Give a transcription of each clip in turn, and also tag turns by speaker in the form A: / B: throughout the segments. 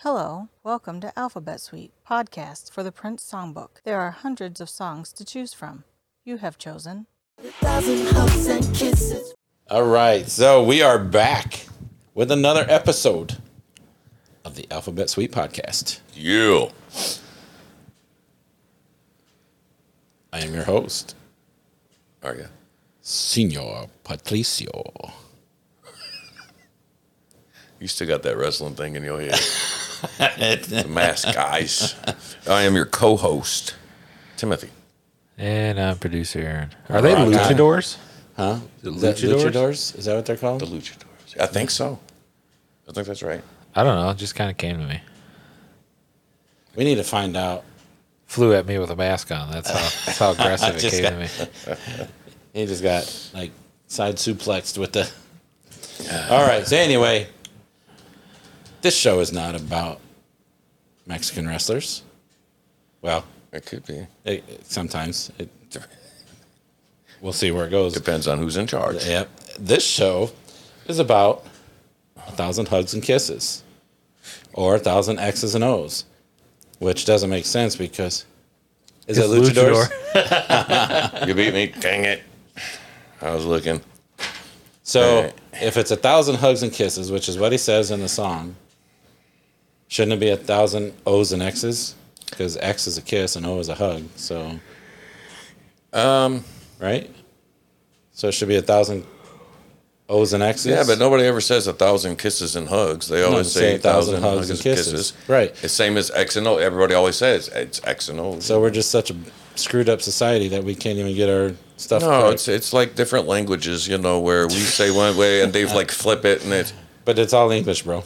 A: Hello, welcome to Alphabet Suite, podcast for the Prince Songbook. There are hundreds of songs to choose from. You have chosen.
B: All right, so we are back with another episode of the Alphabet Suite podcast.
C: You.
B: I am your host,
C: Are you?
B: Senor Patricio.
C: You still got that wrestling thing in your head. the mask guys. I am your co host, Timothy.
D: And I'm producer Aaron. Are they
B: Alright.
D: luchadors?
B: Huh? The
D: luchadors?
B: Is that what they're called?
C: The luchadors. I think so. I think that's right.
D: I don't know. It just kind of came to me.
B: we need to find out.
D: Flew at me with a mask on. That's how, that's how aggressive it
B: Just
D: came
B: got-
D: to me.
B: He just got like side suplexed with the. All right, so anyway, this show is not about Mexican wrestlers. Well,
C: It could be.
B: it, it- sometimes it. We'll see where it goes.
C: Depends on who's in charge.
B: Yep. This show is about a thousand hugs and kisses, or a thousand X's and O's, which doesn't make sense because is it
D: It's
B: luchadors?
D: luchador.
C: You beat me. Dang it. I was looking.
B: So
C: Right.
B: if it's a thousand hugs and kisses, which is what he says in the song, shouldn't it be a thousand O's and X's? Because X is a kiss and O is a hug. So, um,
C: Um,
B: right. So it should be a thousand O's and X's.
C: Yeah, but nobody ever says a thousand kisses and hugs. They always
B: they
C: say a thousand hugs and kisses.
B: Right.
C: It's same as X and O. Everybody always says it's X and O.
B: So we're just such a screwed up society that we can't even get our stuff.
C: No,
B: correct.
C: it's it's like different languages, you know, where we say one way and they've like flip it and it.
B: but it's all English, bro.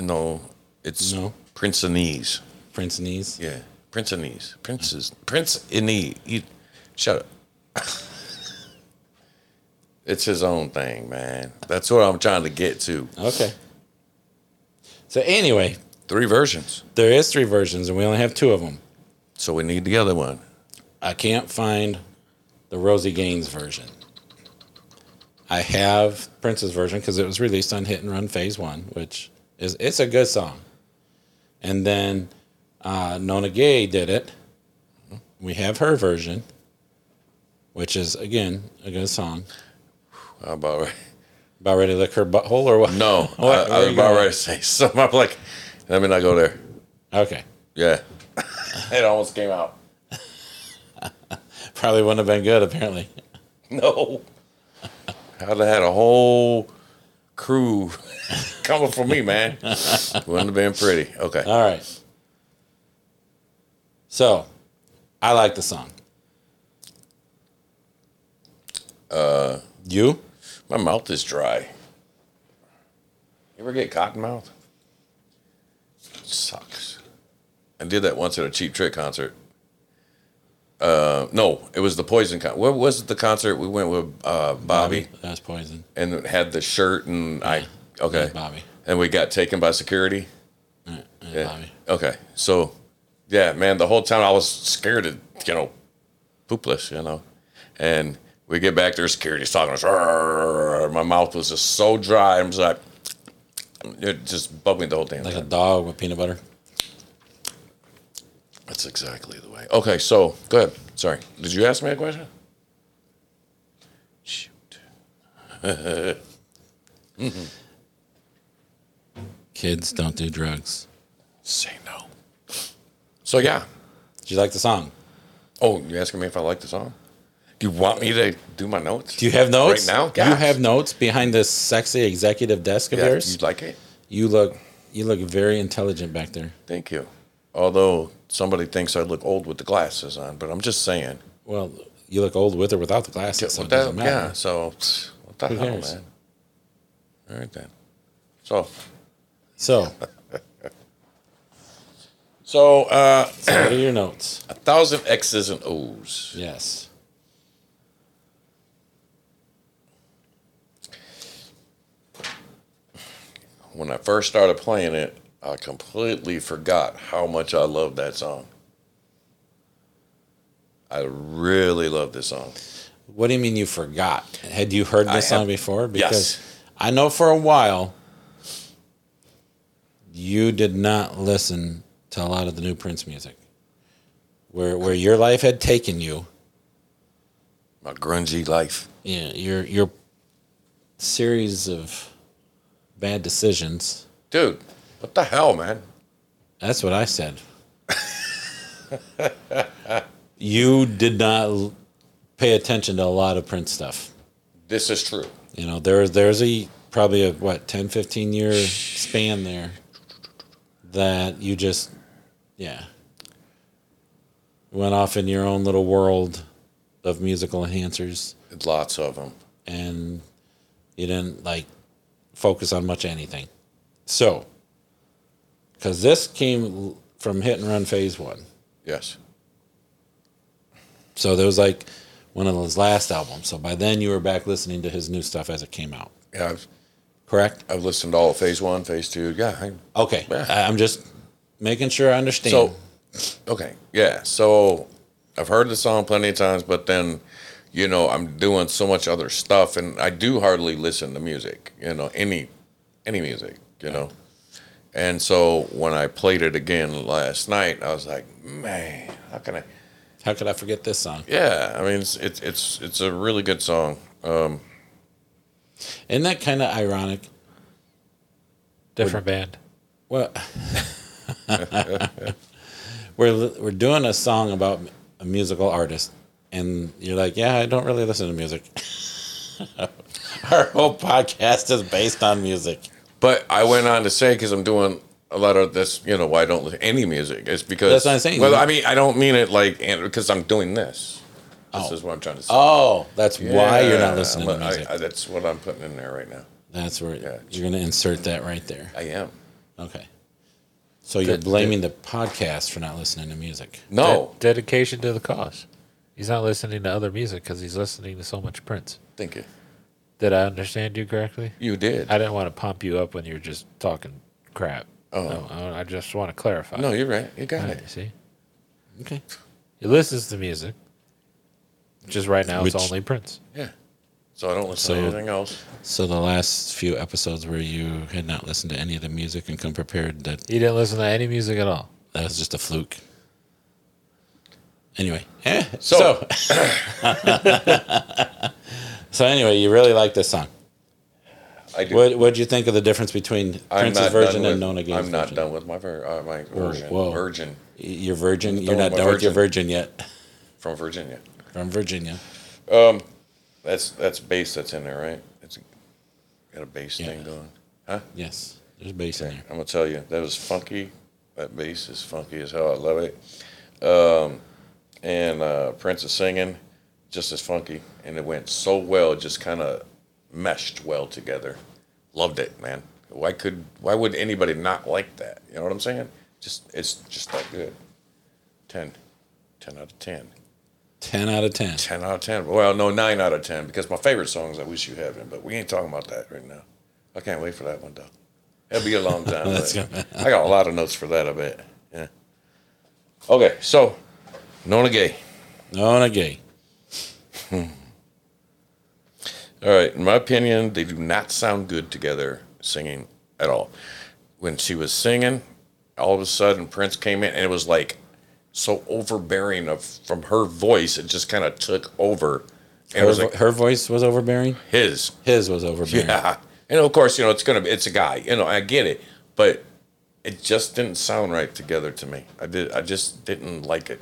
C: No, it's
B: No.
C: Prince Inese.
B: Prince knees.
C: Yeah, Prince Inese. Princes. Prince Inese. You, shut up. it's his own thing, man. That's what I'm trying to get to.
B: Okay. So anyway,
C: Three versions,
B: there is three versions, and we only have two of them.
C: so we need the other one.
B: I can't find the Rosie Gaines version. I have Prince's version because it was released on Hit and Run Phase One, which is it's a good song. And then uh, Nona Gay did it. We have her version, which is again a good song.
C: How about right?
B: About ready to lick her butthole or what?
C: No,
B: What?
C: I,
B: Where
C: I was
B: you
C: about
B: going?
C: ready to say something. I'm like, let me not go there.
B: Okay.
C: Yeah, it almost came out.
B: Probably wouldn't have been good, apparently.
C: No. I'd have had a whole crew coming for me, man. Wouldn't have been pretty. Okay.
B: All right. So, I like the song. Uh, you?
C: My mouth is dry. You ever get cotton mouth? Sucks. I did that once at a Cheap Trick concert. Uh, no, it was the Poison concert. What was it, the concert we went with uh, Bobby
B: That's poison.
C: and had the shirt and I? Okay.
B: Bobby.
C: And we got taken by security.
B: Yeah. Bobby.
C: Okay. So, yeah, man, the whole time I was scared of, you know, poopless, you know. And we get back there, security's talking to us. "Arr." My mouth was just so dry. I was like, it just bugged me the whole damn
B: Like a
C: time.
B: dog with peanut butter.
C: That's exactly the way. Okay, so go ahead. Sorry. Did you ask me a question? Shoot.
B: Kids don't do drugs.
C: Say no. So, yeah.
B: Did you like the song?
C: Oh, you asking me if I like the song? Do you want me to do my notes?
B: Do you have notes?
C: Right now?
B: You
C: Gosh.
B: have notes behind this sexy executive desk of
C: Yeah,
B: yours?
C: you like it?
B: You look you look very intelligent back there.
C: Thank you. Although somebody thinks I look old with the glasses on, but I'm just saying.
B: Well, you look old with or without the glasses, so
C: What
B: it doesn't
C: the-
B: matter.
C: Yeah, so pfft, what the
B: Who
C: hell,
B: cares?
C: man? All right then. So,
B: So,
C: so uh,
B: so what are your notes?
C: a thousand X's and O's.
B: Yes.
C: When I first started playing it, I completely forgot how much I loved that song. I really love this song.
B: What do you mean you forgot? Had you heard this
C: I have-
B: song before?
C: Yes.
B: I know for a while you did not listen to a lot of the new Prince music. Where where your life had taken you,
C: My grungy life.
B: yeah, your your series of bad decisions.
C: Dude, what the hell, man?
B: That's what I said. you did not l- pay attention to a lot of Prince stuff.
C: This is true.
B: You know, there there's a probably a what 10 15 year span there that you just yeah. Went off in your own little world of musical enhancers
C: Lots of them.
B: and you didn't like focus on much anything. So, cuz this came l- from Hit and Run Phase 1.
C: Yes.
B: So there was like one of those last albums. So by then you were back listening to his new stuff as it came out.
C: Yeah, I've,
B: Correct?
C: I've listened to all of phase one, phase two. Yeah. I-
B: Okay.
C: Yeah.
B: I- I'm just making sure I understand.
C: So, okay. Yeah. So I've heard the song plenty of times, but then, you know, I'm doing so much other stuff and I do hardly listen to music, you know, any, any music, you know? And so when I played it again last night, I was like, man, how can I?
B: how could I forget this song?
C: Yeah, I mean it's it's it's, it's a really good song. Um,
B: Isn't that kind of ironic?
D: Different band.
B: Well, we're li- we're doing a song about a musical artist, and you're like, yeah, I don't really listen to music. Our whole podcast is based on music.
C: but I went on to say because I'm doing a lot of this, you know, why I don't listen to any music. It's because
B: That's what I'm saying.
C: Well, I mean I don't mean it like because I'm doing this. This is what I'm trying to say.
B: Oh, that's why you're not listening to
C: I-
B: music.
C: I- that's what I'm putting in there right now.
B: that's where
C: yeah.
B: you're going to insert that right there.
C: I am.
B: Okay. So you're
D: Did-
B: blaming the podcast for not listening to music.
C: No,
D: De- dedication to the cause. He's not listening to other music because he's listening to so much Prince.
C: thank you.
D: Did I understand you correctly?
C: You did.
D: I didn't want to pump you up when you were just talking crap. Oh, no, I, I just want to clarify.
C: no, you're right. You got
D: All right,
C: it.
D: see,
B: Okay.
D: he listens to music. Just right now,
B: Which-
D: it's only Prince.
C: Yeah. So I don't listen
B: So-
C: to anything else.
B: So the last few episodes where you had not listened to any of the music and come prepared, that
D: He didn't listen to any music at all.
B: that was just a fluke. Anyway, eh,
C: So-
B: so so, anyway, you really like this song.
C: I do.
B: What what'd you think of the difference between
C: I'm
B: Prince's
C: not
B: version
C: done
B: and
C: with-
B: Nona Gaines?
C: I'm not
B: version?
C: done with my, ver- uh, my version.
B: whoa.
C: Virgin
B: Your virgin, you're
C: done
B: not
C: with my
B: done with your virgin yet
C: from Virginia.
B: from Virginia.
C: That's that's bass that's in there, right? It's got a bass thing going. Huh?
B: Yes, there's bass in there.
C: I'm gonna tell you, that was funky. That bass is funky as hell. I love it. Um, and uh, Prince is singing, just as funky, and it went so well. It just kind of meshed well together. Loved it, man. Why could why would anybody not like that? You know what I'm saying? Just it's just that good. 10. 10 out of 10.
B: Ten out of ten.
C: 10 out of 10. Well, no, 9 out of 10 because my favorite song is I Wish You Heaven, but we ain't talking about that right now. I can't wait for that one, though. It'll be a long time.
B: That's
C: but I got a lot of notes for that, I bet. Yeah. Okay, so Nona Gay.
B: Nona Gay.
C: All right, in my opinion, they do not sound good together singing at all. When she was singing, all of a sudden Prince came in and it was like so overbearing of from her voice, it just kind of took over. And it
B: Her,
C: was
B: vo-
C: like
B: her voice was overbearing.
C: his
B: His was overbearing.
C: Yeah, and of course, you know it's gonna be it's a guy. You know, I get it, but it just didn't sound right together to me. I did, I just didn't like it.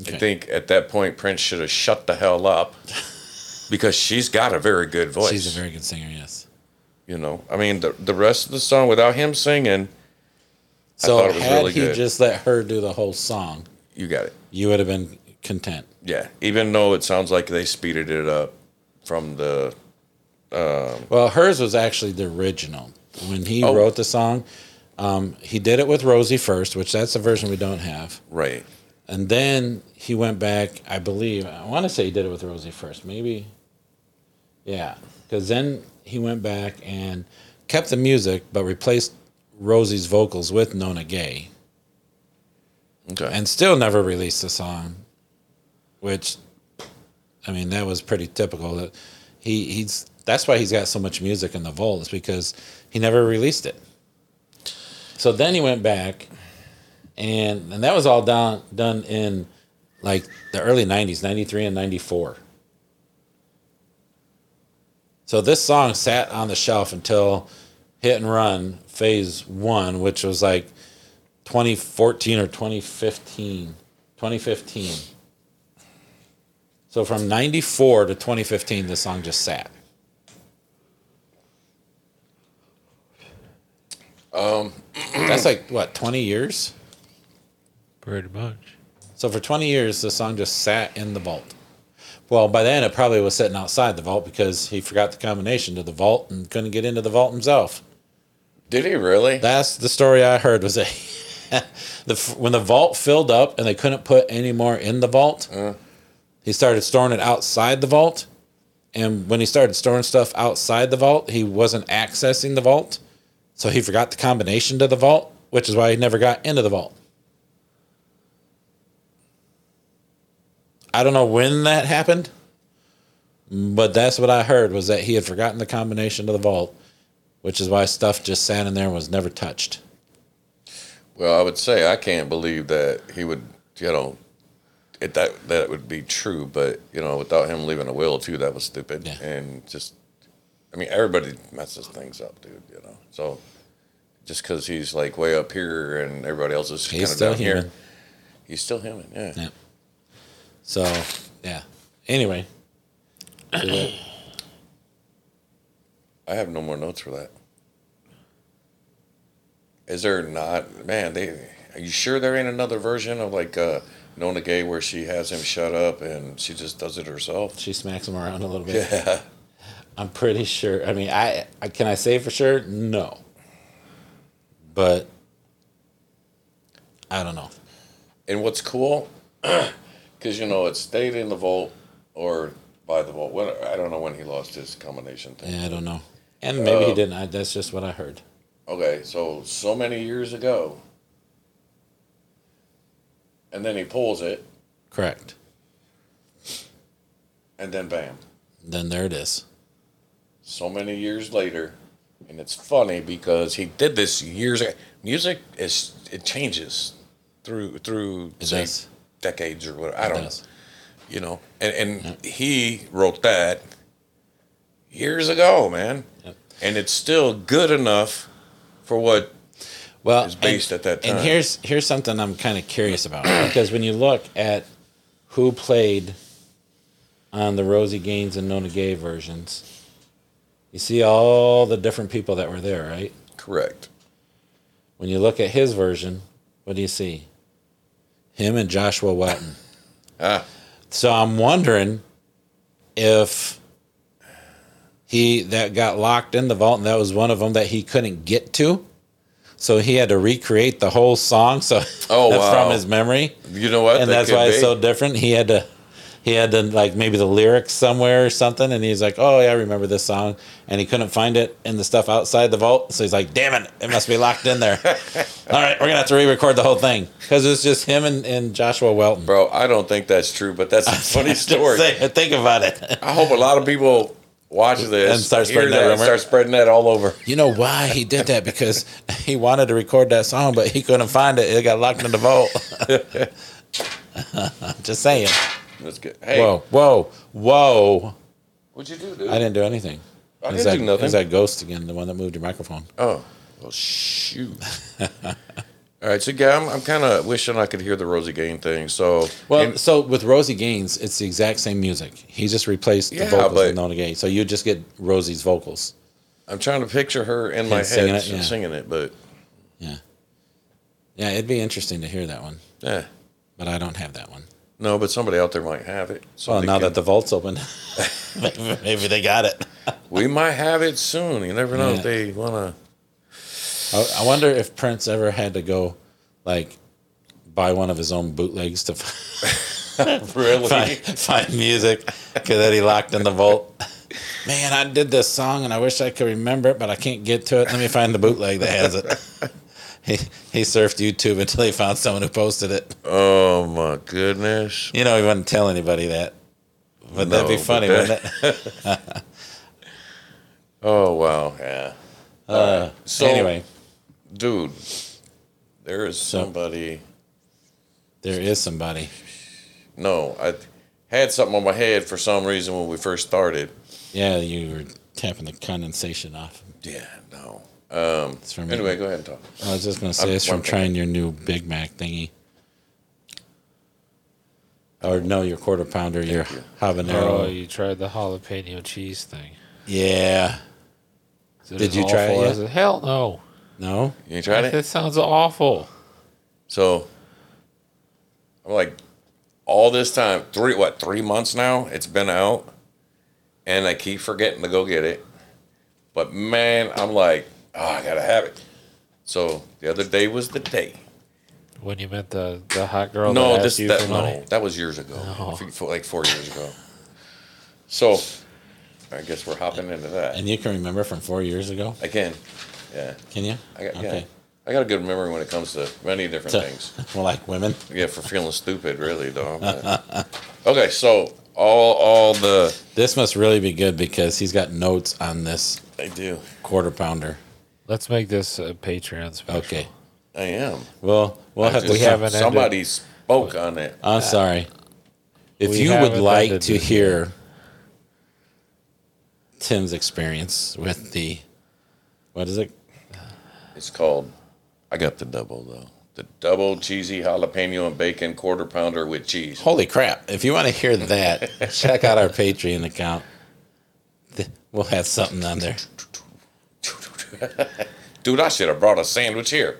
C: I
B: Okay.
C: think at that point Prince should have shut the hell up because she's got a very good voice.
B: She's a very good singer. Yes.
C: you know, I mean the the rest of the song without him singing,
B: So
C: thought it was
B: had
C: really
B: he
C: good.
B: just let her do the whole song,
C: you got it.
B: you would have been content.
C: Yeah, even though it sounds like they speeded it up from the
B: Well, hers was actually the original. When he wrote the song, um, he did it with Rosie first, which that's the version we don't have.
C: right.
B: And then he went back, I believe, I want to say he did it with Rosie first, maybe. Yeah, because then he went back and kept the music, but replaced Rosie's vocals with Nona Gay.
C: Okay.
B: and still never released the song, which, I mean, that was pretty typical. That he he's that's why he's got so much music in the vault is because he never released it. So then he went back, and and that was all done done in like the early '90s, '93 and '94. So this song sat on the shelf until Hit and Run Phase One, which was like 2014 or 2015, 2015. So from '94 to 2015, this song just sat. That's like what 20 years.
D: Pretty much.
B: So for 20 years, the song just sat in the vault. Well, by then it probably was sitting outside the vault because he forgot the combination to the vault and couldn't get into the vault himself.
C: Did he really?
B: That's the story I heard was that the f- when the vault filled up and they couldn't put any more in the vault, he started storing it outside the vault. And when he started storing stuff outside the vault, he wasn't accessing the vault, so he forgot the combination to the vault, which is why he never got into the vault. I don't know when that happened, but that's what I heard was that he had forgotten the combination to the vault which is why stuff just sat in there and was never touched.
C: Well, I would say I can't believe that he would, you know, it, that that would be true. But you know, without him leaving a will too, that was stupid.
B: Yeah.
C: And just, I mean, everybody messes things up, dude. You know, so just because he's like way up here and everybody else is kind
B: He's
C: of
B: still
C: down
B: human.
C: here, he's still human. Yeah.
B: Yeah. So, yeah. Anyway,
C: I have no more notes for that. Is there not, man? They are you sure there ain't another version of like uh, Nona Gay where she has him shut up and she just does it herself?
B: she smacks him around a little bit.
C: Yeah.
B: I'm pretty sure. I mean, I, I can I say for sure? No. But I don't know.
C: And what's cool, because you know it stayed in the vault or by the vault. What I don't know when he lost his combination thing.
B: Yeah, I don't know. And maybe he didn't. I, that's just what I heard.
C: Okay, so so many years ago, and then he pulls it,
B: Correct.
C: and then bam,
B: Then there it is.
C: so many years later, and it's funny because he did this years ago. Music is it changes through through
B: It
C: say,
B: does.
C: decades or whatever. I don't know.
B: does.
C: you know and and he wrote that years ago man and it's still good enough for what
B: well,
C: is based
B: and-
C: at that
B: And
C: time.
B: here's here's something I'm kind of curious about because when you look at who played on the Rosie Gaines and Nona Gay versions, you see all the different people that were there, right?
C: correct
B: When you look at his version, what do you see? Him and Joshua Wetton.
C: Ah.
B: So I'm wondering if he that got locked in the vault and that was one of them that he couldn't get to. So he had to recreate the whole song so
C: Oh, wow.
B: from his memory.
C: you know what
B: And
C: That
B: that's
C: could
B: why it's
C: be.
B: so different. He had to he had to like maybe the lyrics somewhere or something and he's like, "Oh, yeah, I remember this song." And he couldn't find it in the stuff outside the vault. So he's like, "Damn it, it must be locked in there." All right, we're going to have to re-record the whole thing cuz it's just him and, and Joshua Welton.
C: bro i don't think that's true but that's a funny
B: Just
C: story
B: say- think about it.
C: i hope a lot of people watch this
B: And start
C: hear
B: spreading that
C: and
B: rumor.
C: start spreading that all over
B: You know why he did that? Because he wanted to record that song, but he couldn't find it. It got locked in the vault. Just saying.
C: that's good hey
B: Whoa, whoa, whoa.
C: what'd you do dude
B: I didn't do anything.
C: I
B: Is
C: didn't
B: that,
C: do nothing.
B: Is that ghost again, the one that moved your microphone?
C: oh well shoot all right so yeah i'm, I'm kind of wishing i could hear the rosie gain thing so
B: Well,
C: and-
B: so with Rosie Gaines, it's the exact same music. He just replaced
C: Yeah,
B: the vocals
C: but-
B: with Nona Gay. So you just get Rosie's vocals.
C: i'm trying to picture her in my head
B: singing it,
C: and
B: yeah.
C: singing it but
B: Yeah. Yeah, it'd be interesting to hear that one,
C: yeah
B: but I don't have that one.
C: No, but somebody out there might have it.
B: Well,
C: Somebody
B: now
C: can-
B: that the vault's open, maybe maybe they got it.
C: we might have it soon. You never know
B: Yeah.
C: if they wanna.
B: I, I wonder if Prince ever had to go, like, buy one of his own bootlegs to f-
C: Really?
B: find, find music 'cause that he locked in the vault. Man, I did this song and I wish I could remember it, but I can't get to it. Let me find the bootleg that has it. He, he surfed YouTube until he found someone who posted it.
C: Oh my goodness!
B: You know, he wouldn't tell anybody that. But that'd be
C: No, but
B: funny,
C: that-
B: wouldn't it?
C: Oh wow! Yeah. All right. So
B: Uh, anyway,
C: dude, There is somebody.
B: There is somebody.
C: No, I had something on my head for some reason when we first started.
B: Yeah, you were tapping the condensation off.
C: Yeah, no.
B: It's from
C: Anyway, go ahead and talk.
B: I was just gonna say it's
C: one
B: from
C: thing.
B: trying your new Big Mac thingy. Or no, your quarter pounder, your habanero.
D: Oh, you tried the jalapeno cheese thing.
B: Yeah.
D: Is it
B: Did
D: as
B: you try it
D: awful
B: yet?
D: as Hell no.
B: No.
C: You tried it?
D: That sounds awful.
C: So I'm like, all this time, three what, three months now? It's been out, and I keep forgetting to go get it. But man, I'm like, oh, I gotta have it. So the other day was the day.
D: When you met the, the hot girl
C: no,
D: that
C: this
D: asked you
C: that
D: for
C: no,
D: money.
C: that was years ago, F- like four years ago. So I guess we're hopping into that
B: And you can remember from four years ago?
C: again. Yeah,
B: Can you?
C: I got yeah. I got a good memory when it comes to many different things.
B: well, like women.
C: Yeah, for feeling stupid, really, dog. okay, so all all the
B: This must really be good because he's got notes on this
C: I do.
B: quarter pounder.
D: Let's make this a Patreon special.
B: Okay.
C: I am.
B: Well, we'll have
C: Just
B: to have
D: haven't ended-
C: somebody spoke on it.
B: I'm sorry. If
D: We
B: you would
D: haven't
B: like
D: ended
B: to
D: this
B: hear Tim's experience with the what is it?
C: It's called I got the double though. The double cheesy jalapeno and bacon quarter pounder with cheese.
B: Holy crap! If you want to hear that, check out our Patreon account. Th- We'll have something on there
C: Dude, I should have brought a sandwich here.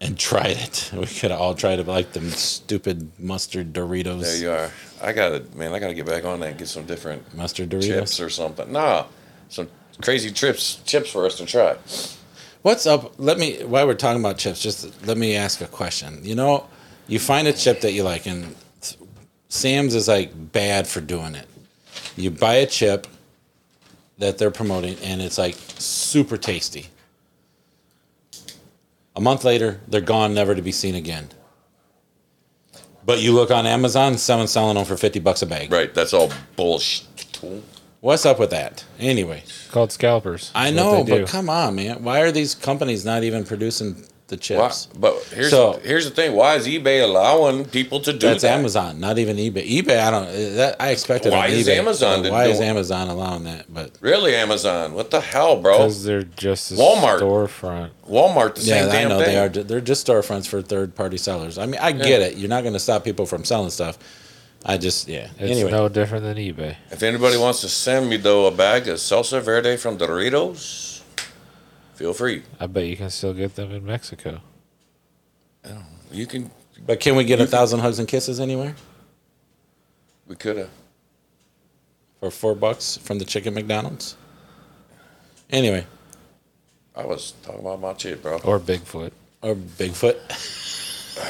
B: and tried it. We could all tried it like them stupid mustard Doritos.
C: There you are. I gotta man, I gotta get back on that and get some different
B: Mustard Doritos.
C: chips or something. Nah. Some crazy trips chips for us to try.
B: What's up? Let me. While we're talking about chips, just let me ask a question. You know, you find a chip that you like, and Sam's is like bad for doing it. You buy a chip that they're promoting, and it's like super tasty. A month later, they're gone, never to be seen again. But you look on Amazon, someone's selling them for fifty bucks a bag.
C: Right, that's all bullshit.
B: What's up with that? Anyway,
D: It's called scalpers.
B: I
D: It's what
B: know,
D: they do.
B: but come on, man. Why are these companies not even producing the
C: Why,
B: chips?
C: but here's
B: So-
C: here's the thing. Why is eBay allowing people to do
B: That's
C: that?
B: Amazon, not even eBay. eBay, I don't. That I expected.
C: Why
B: on
C: is
B: eBay.
C: Amazon to
B: Why
C: do
B: is
C: it?
B: Amazon allowing that? But
C: Really, Amazon? What the hell, bro?
D: Because they're just a
C: Walmart.
D: storefront.
C: Walmart, the
B: yeah,
C: same
B: I
C: damn
B: know
C: thing.
B: they are. They're just storefronts for third-party sellers. I mean, I get it. You're not going to stop people from selling stuff. I just, yeah.
D: It's
B: anyway,
D: no different than eBay.
C: If anybody wants to send me though a bag of salsa verde from Doritos, feel free.
D: I bet you can still get them in Mexico.
C: You can.
B: but can we get a thousand hugs and kisses anywhere
C: We could have.
B: for four bucks from the chicken McDonald's? Anyway,
C: I was talking about my chip, bro.
D: Or Bigfoot.
B: or Bigfoot.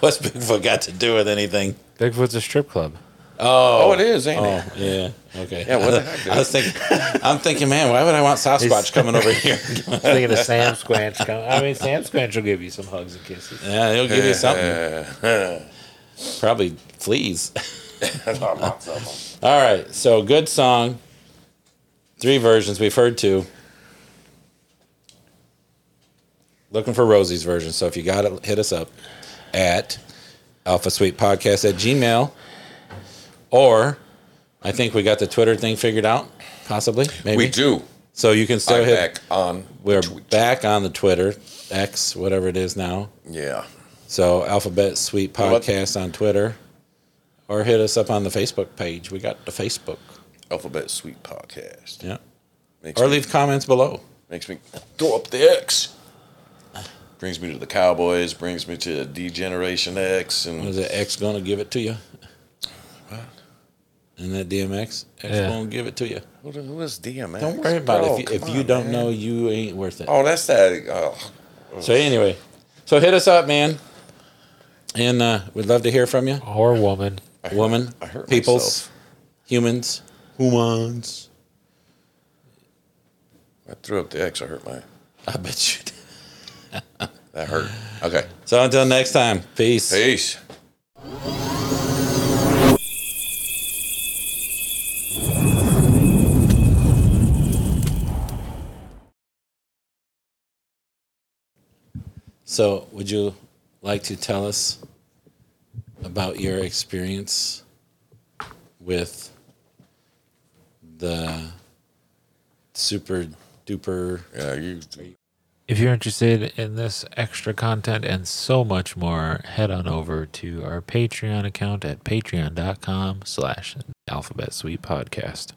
B: What's Bigfoot got to do with anything?
D: Bigfoot's a strip club.
C: Oh, it is, ain't
B: Oh
C: it?
B: yeah, okay.
C: Yeah, what the heck, dude?
B: I was thinking, I'm thinking, man, why would I want Sasquatch coming over here?
D: Thinking of Sam Squanch. Come, I mean, Sam Squanch will give you some hugs and kisses.
B: Yeah, he'll give you something.
C: Uh,
B: Probably fleas.
C: I'm not something.
B: All right, so good song. Three versions we've heard two. Looking for Rosie's version. So if you got it, hit us up at Alpha Suite Podcast at Gmail. Or I think we got the Twitter thing figured out, possibly. Maybe.
C: we do.
B: So you can still
C: I'm
B: hit.
C: back on.
B: We're
C: Tweet.
B: back on the Twitter, X, whatever it is now.
C: Yeah.
B: So Alphabet Suite
C: What?
B: Podcast on Twitter, or hit us up on the Facebook page. We got the Facebook.
C: Alphabet Sweet Podcast.
B: Yeah.
C: Makes
B: Or
C: me-
B: leave comments below.
C: Makes me go up the X. Brings me to the Cowboys. Brings me to D Generation X.
B: Is
C: And
B: it X gonna give it to you? And that DMX, X
D: Yeah.
B: gonna give it to you.
C: who, the- who is DMX?
B: Don't worry about
C: Bro,
B: it. If you,
C: Oh, come
B: if you
C: on,
B: don't
C: man.
B: know, you ain't worth it.
C: Oh, that's that. Oh,
B: So anyway, so hit us up, man, and uh, we'd love to hear from you,
D: Or woman.
B: woman,
C: I hurt
B: peoples,
C: myself.
B: humans, humans.
C: I threw up the X. I hurt my.
B: I bet you. Did.
C: That hurt. Okay.
B: So until next time, peace.
C: Peace.
B: So, would you like to tell us about your experience with the super duper?
C: Yeah, you.
D: If you're interested in this extra content and so much more, head on over to our Patreon account at patreon.com slash alphabet suite podcast.